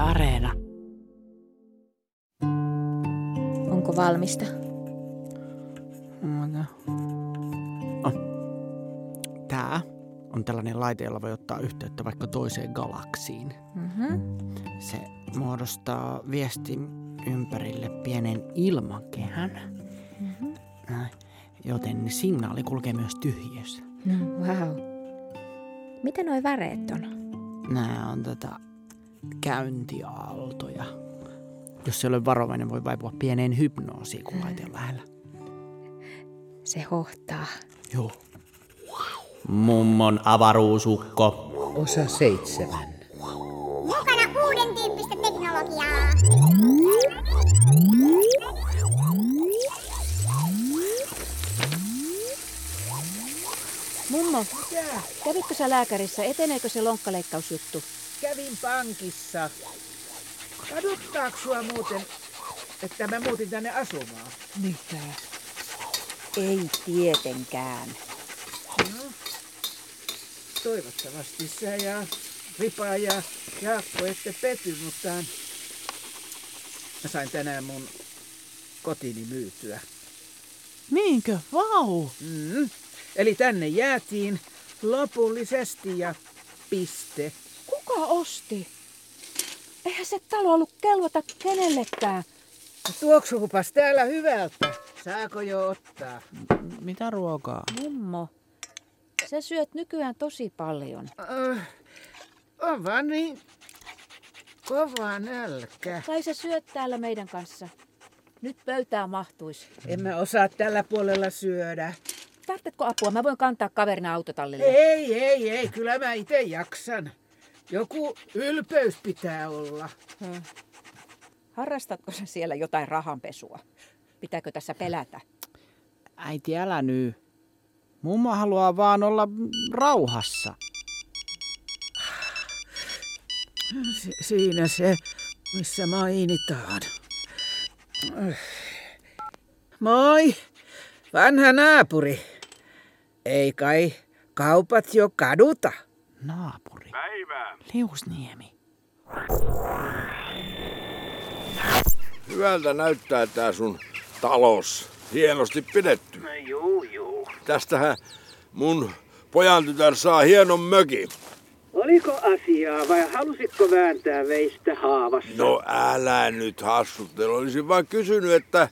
Areena. Onko valmista? Ota. Ah. Tää on tällainen laite, jolla voi ottaa yhteyttä vaikka toiseen galaksiin. Mm-hmm. Se muodostaa viestin ympärille pienen ilmakehän, Näin. joten signaali kulkee myös tyhjiössä. No, Wow. Mitä noi väreet on? Nämä on tätä käyntiaaltoja. Jos ei ole varovainen, voi vaipua pieneen hypnoosiin, kun laite on lähellä. Se hohtaa. Joo. Mummon avaruusukko. Osa seitsemän. mukana uuden tyyppistä teknologiaa. Mummo, kävitkö sä lääkärissä? Eteneekö se lonkkaleikkausjuttu? Kävin pankissa. Kaduttaako sua muuten, että mä muutin tänne asumaan? Mitä? Ei tietenkään. Toivottavasti sä ja Ripa ja Jaakko ette petty, mutta mä sain tänään mun kotini myytyä. Niinkö? Vau! Mm. Eli tänne jäätiin lopullisesti ja piste. Kuka osti? Eihän se talo ollut kelvota kenellekään. Tuoksuhupas täällä hyvältä. Saako jo ottaa? Mitä ruokaa? Mummo, sä syöt nykyään tosi paljon. Äh, on vaan niin kova nälkä. Tai sä syöt täällä meidän kanssa. Nyt pöytää mahtuis. En mä osaa tällä puolella syödä. Tarvitsetko apua? Mä voin kantaa kaverina autotallille. Ei, ei, ei. Kyllä mä itse jaksan. Joku ylpeys pitää olla. Harrastatko sä siellä jotain rahanpesua? Pitääkö tässä pelätä? Äiti, älä nyt. Mummo haluaa vaan olla mm, rauhassa. Si- siinä se, missä mainitaan. Äh. Moi, vanha naapuri. Ei kai kaupat jo kaduta. Naapuri. Päivää. Liusniemi. Hyvältä näyttää tää sun talous. Hienosti pidetty. No, juu, juu. Tästähän mun pojan tytär saa hienon mökin. Oliko asiaa vai halusitko vääntää veistä haavassa? No älä nyt hassuttele. Olisin vaan kysynyt, että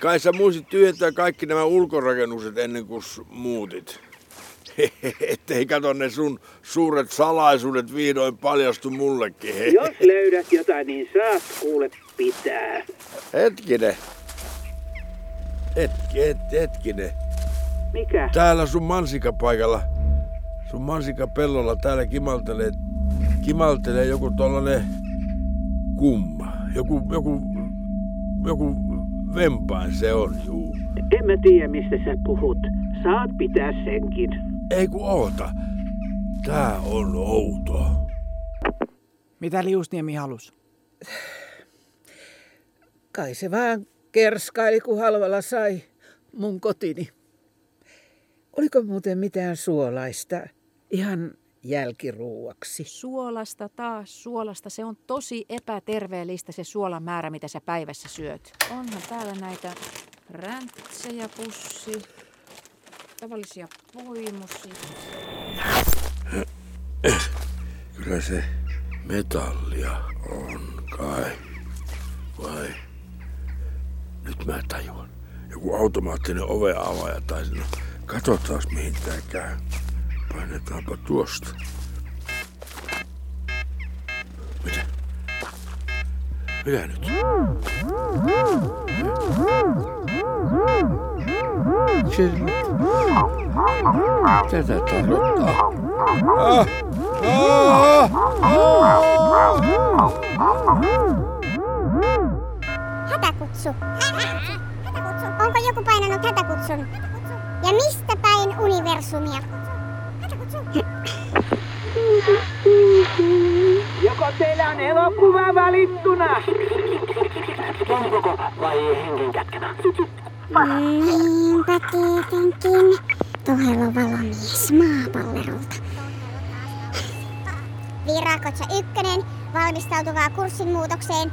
kai sä muistit tyhjentää kaikki nämä ulkorakennukset ennen kuin s- muutit. Ettei kato ne sun suuret salaisuudet vihdoin paljastu mullekin. Jos löydät jotain, niin saat kuulet pitää. Hetkinen. Hetki, het, hetkinen. Mikä? Täällä sun mansikapaikalla, sun mansikapellolla täällä kimaltelee, kimaltelee joku tollanen kumma. Joku, joku, joku vempain se on, juu. En mä tiedä, mistä sä puhut. Saat pitää senkin. Ei kun oota. Tää on outo. Mitä Liusniemi halus? Kai se vaan kerskaili, kun halvalla sai mun kotini. Oliko muuten mitään suolaista? Ihan jälkiruuaksi. Suolasta taas suolasta. Se on tosi epäterveellistä se suolan määrä, mitä sä päivässä syöt. Onhan täällä näitä räntsejä, pussi, tavallisia poimusia. Kyllä se metallia on kai. Vai? Nyt mä tajuan. Joku automaattinen oveavaaja tai no, katsotaan mihin tää käy. Painetaanpa tuosta. Mitä? Mitä nyt? Siis, Tätä tarkoittaa. Ah! Ah! Ah! Hätäkutsu. Hätäkutsu. Onko joku painanut hätäkutsun? Ja mistä päin universumia? Joko teillä on elokuva valittuna? Lompoko vai hengen kätkevä? Niinpä tietenkin. Tohelo valomies maapallolta. Virakotsa ykkönen, valmistautuvaa kurssin muutokseen.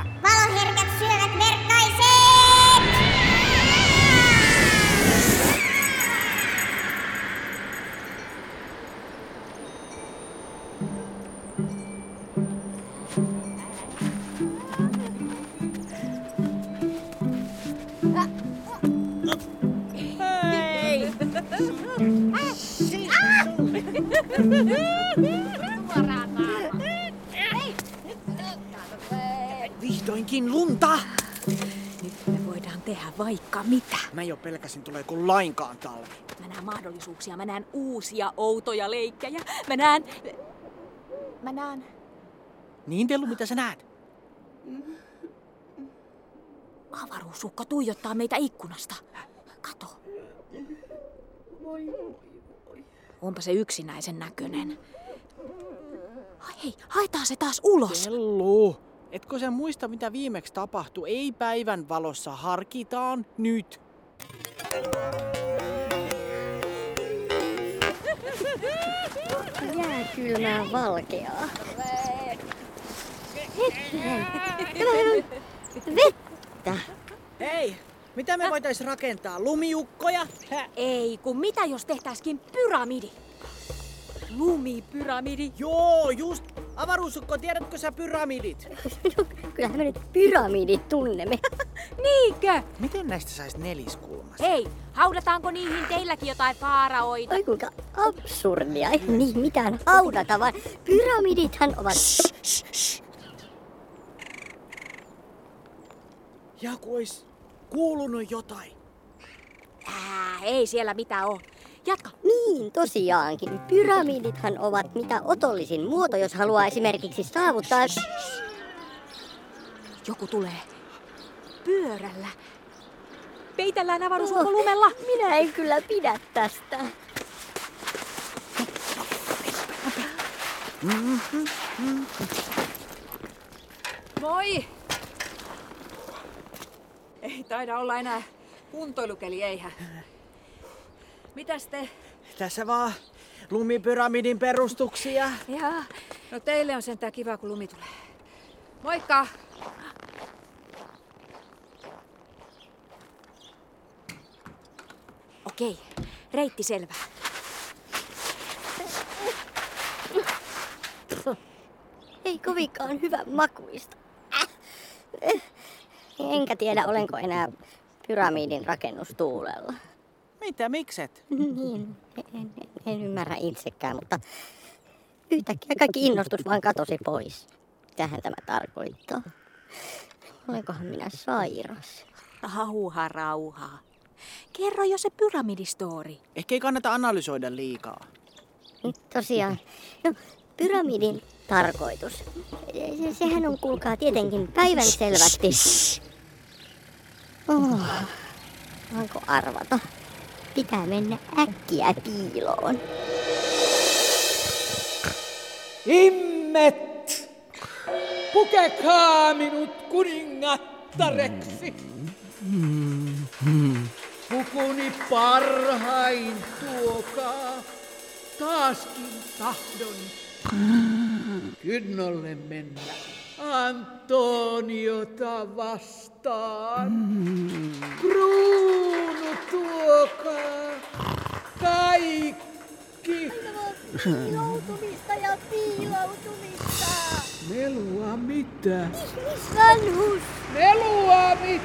Valoherkät syövät verkkaiset! Vihdoinkin lunta! Nyt me voidaan tehdä vaikka mitä. Mä jo pelkäsin tuleeko lainkaan talvi. Mä näen mahdollisuuksia, mä näen uusia outoja leikkejä. Mä näen... Mä näen... Niin Tellu, mitä sä näet? Avaruusukko tuijottaa meitä ikkunasta. Kato. Onpa se yksinäisen näköinen. Ai Hei, haetaan se taas ulos. Tellu, etkö sä muista mitä viimeksi tapahtui? Ei päivän valossa, harkitaan nyt. Jääkylmää valkeaa. Hetkinen. Tämähän on vettä. Hei, mitä me voitais rakentaa? Lumiukkoja? Hä? Ei, kun mitä jos tehtäisikin pyramidi? Lumipyramidi. Joo, just. Avaruusukko, tiedätkö sä pyramidit? Kyllähän me nyt pyramidit tunnemme. Niinkö? Miten näistä sais neliskulmassa? Hei, haudataanko niihin teilläkin jotain faaraoita? Oi kuinka absurdia. Ei niihin Niin, mitään haudata, vaan pyramidithan ovat... Ja kun ois kuulunut jotain. Ää, Äh, ei siellä mitään oo. Jatka. Niin, tosiaankin. Pyramidithan ovat mitä otollisin muoto, jos haluaa esimerkiksi saavuttaa... Joku tulee. Pyörällä. Peitellään Äh. avaruusukko lumella. Minä en Oh. kyllä pidä tästä. Moi! Ei taida olla enää kuntoilukeli, eihän. Mitäs te? Tässä vaan lumipyramidin perustuksia. Jaa. No teille on sentään kiva, kun lumi tulee. Moikka! Okei, reitti selvä. Ei kovinkaan hyvä makuista. Äh. Eh. Enkä tiedä, olenko enää pyramidin rakennustuulella. Mitä, mikset? Niin, en, en, en ymmärrä itsekään, mutta yhtäkkiä kaikki innostus vaan katosi pois. Tähän tämä tarkoittaa. Olenkohan minä sairas? Rauha, rauha. Kerro jo se pyramidistoori. Ehkä ei kannata analysoida liikaa. Nyt Niin, tosiaan, no pyramidin tarkoitus. Se, sehän on, kuulkaa, tietenkin päivän selvästi. Oh, voinko arvata? Pitää mennä äkkiä piiloon. Immet! Pukekaa minut kuningattareksi! Pukuni parhain tuokaa, taaskin tahdon kynnolle mennä Antoniota vastaan. Kruunu tuokaa, kaikki Joutumista ja piiloutumista. Melua mitä? Vanhus, Melua mitä?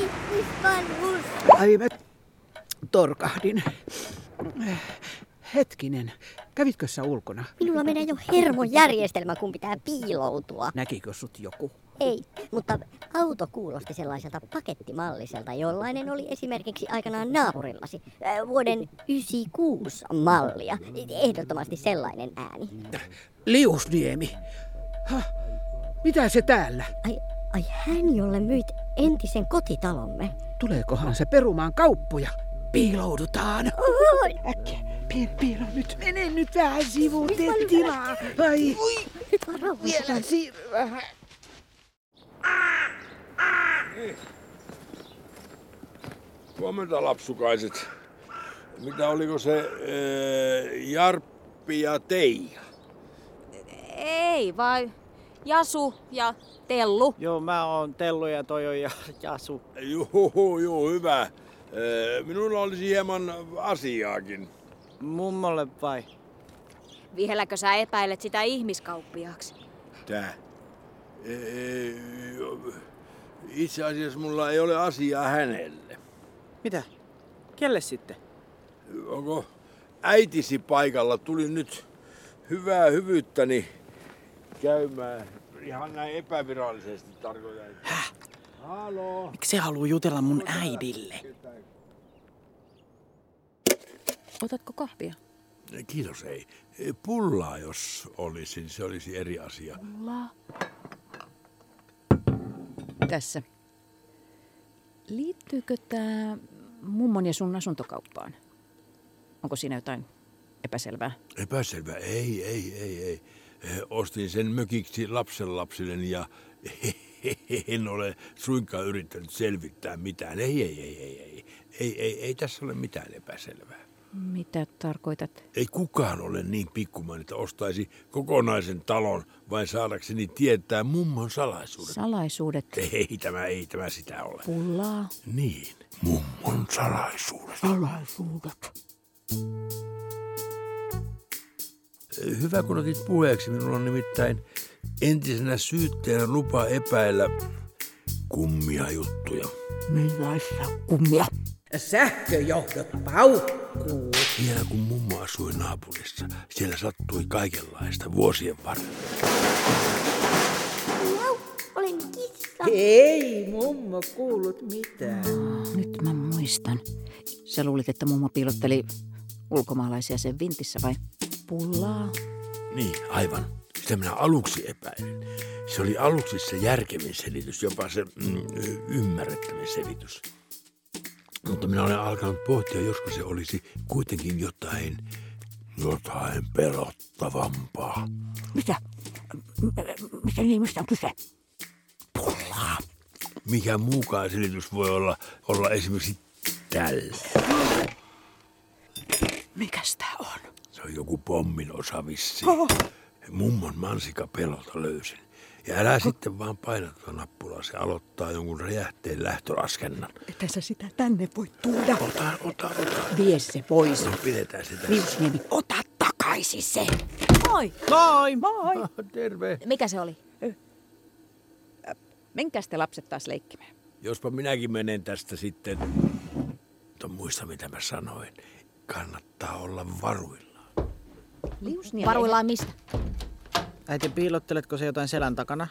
ihmisvanhus. Ai mä torkahdin. Hetkinen, kävitkö sä ulkona? Minulla menee jo hermojärjestelmä, kun pitää piiloutua. Näkikö sut joku? Ei, mutta auto kuulosti sellaiselta pakettimalliselta, jollainen oli esimerkiksi aikanaan naapurillasi. Äh, Vuoden 96 mallia. Ehdottomasti sellainen ääni. Liusniemi. Hah, mitä se täällä? Ai, ai hän, jolle myit entisen kotitalomme. Tuleekohan se perumaan kauppoja? Piiloudutaan. Oi, Äkkiä. Piir, piirro nyt. Mene nyt vähän sivuun, tee tilaa. Ai, nyt vaan rauhoitetaan. vielä siirry vähän. Huomenta lapsukaiset. Mitä oliko se ee, Jarppi ja Teija? Hei vai Jasu ja Tellu. Joo, mä oon Tellu ja toi on Ja- Jasu. Joo, joo, hyvä. Ee, Minulla olisi hieman asiaakin. Mummolle vai? Vieläkö sä epäilet sitä ihmiskauppiaaksi? Tää. Ee, Öö, Itse asiassa mulla ei ole asiaa hänelle. Mitä? Kelle sitten? Onko äitisi paikalla? Tuli nyt hyvää hyvyyttäni käymään. Ihan näin epävirallisesti tarkoitan. Häh? Halo? Miksi se haluaa jutella mun äidille? Otatko kahvia? Kiitos, ei. Pullaa, jos olisin, se olisi eri asia. La. Tässä. Liittyykö tämä mummon ja sun asuntokauppaan? Onko siinä jotain epäselvää? Epäselvä, ei, ei, ei, ei. Eh, Ostin sen mökiksi lapsenlapsilleni ja en ole suinkaan yrittänyt selvittää mitään. Ei, ei, ei, ei, ei. Ei, ei, ei tässä ole mitään epäselvää. Mitä tarkoitat? Ei kukaan ole niin pikkumainen, että ostaisi kokonaisen talon vain saadakseni tietää mummon salaisuuden. Salaisuudet Ei tämä, ei tämä sitä ole. pullaa. Niin, mummon salaisuudet. Salaisuudet. Hyvä, kun otit puheeksi. Minulla on nimittäin entisenä syyttäjänä lupa epäillä kummia juttuja. Millaisia kummia? Sähköjohdot paukkuu. Vielä kun mummo asui naapurissa, siellä sattui kaikenlaista vuosien varrella. Olen kissa. Ei mummo kuullut mitään. Nyt mä muistan. Sä luulit, että mummo piilotteli ulkomaalaisia sen vintissä vai? Pullaa. Niin, aivan. Sitä minä aluksi epäilin. Se oli aluksi se järkevin selitys, jopa se mm, ymmärrettävin selitys. Mutta minä olen alkanut pohtia, josko se olisi kuitenkin jotain, jotain pelottavampaa. Mitä? Mistä niin, mistä on kyse? Pullaa. Mikä muukaan selitys voi olla, olla esimerkiksi tällä? Mikäs tää on? Se on joku pommin osa vissiin. Mummon mansikka pelolta löysin. Ja älä sitten vaan paina tuota nappulaa, se aloittaa jonkun räjähteen lähtölaskennan. Että sä sitä tänne voi tuoda. Ota, ota, ota. Vie se pois. No, pidetään sitä. Viusniemi, ota Takaisin se! Moi! Moi! Moi! Ah, Terve. Mikä se oli? Menkääs te lapset taas leikkimään. Jospa minäkin menen tästä sitten. Mutta muista mitä mä sanoin. Kannattaa olla varuilla. Liusniemi. Varuillaan mistä? Äiti, piilotteletko se jotain selän takana?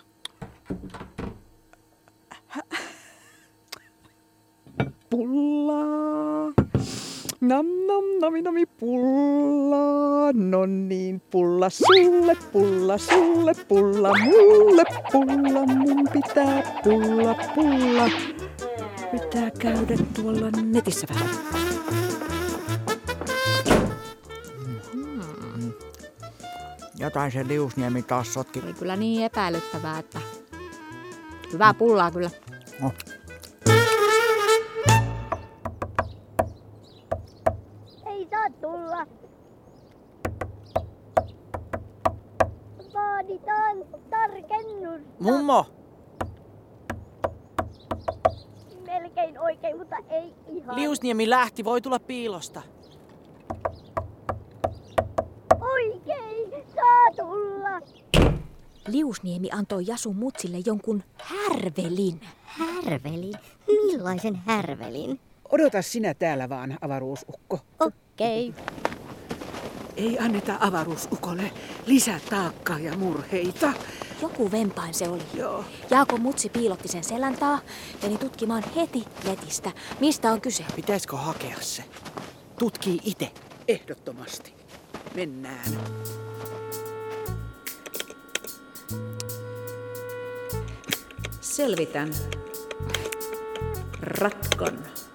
pullaa. Nam nam nami nami pullaa. No niin, pulla sulle, pulla sulle, pulla mulle, pulla mun pitää pulla pulla. Pitää käydä tuolla netissä vähän. Jotain se liusniemi taas sotki. Oli kyllä niin epäilyttävää, että... Hyvää pullaa kyllä. No. Ei saa tulla. Vaaditaan tarkennus. Mummo! Melkein oikein, mutta ei ihan. Liusniemi lähti, voi tulla piilosta. Oikein saa tulla. Liusniemi antoi Jasun mutsille jonkun härvelin. Härvelin? Millaisen härvelin? Odota sinä täällä vaan, avaruusukko. Okei. Ei anneta avaruusukolle lisää taakkaa ja murheita. Joku vempain se oli. Joo. Jaakon mutsi piilotti sen selän taa, meni tutkimaan heti netistä, mistä on kyse. Pitäisikö hakea se? Tutkii itse. Ehdottomasti. Mennään. Selvitän. Ratkon.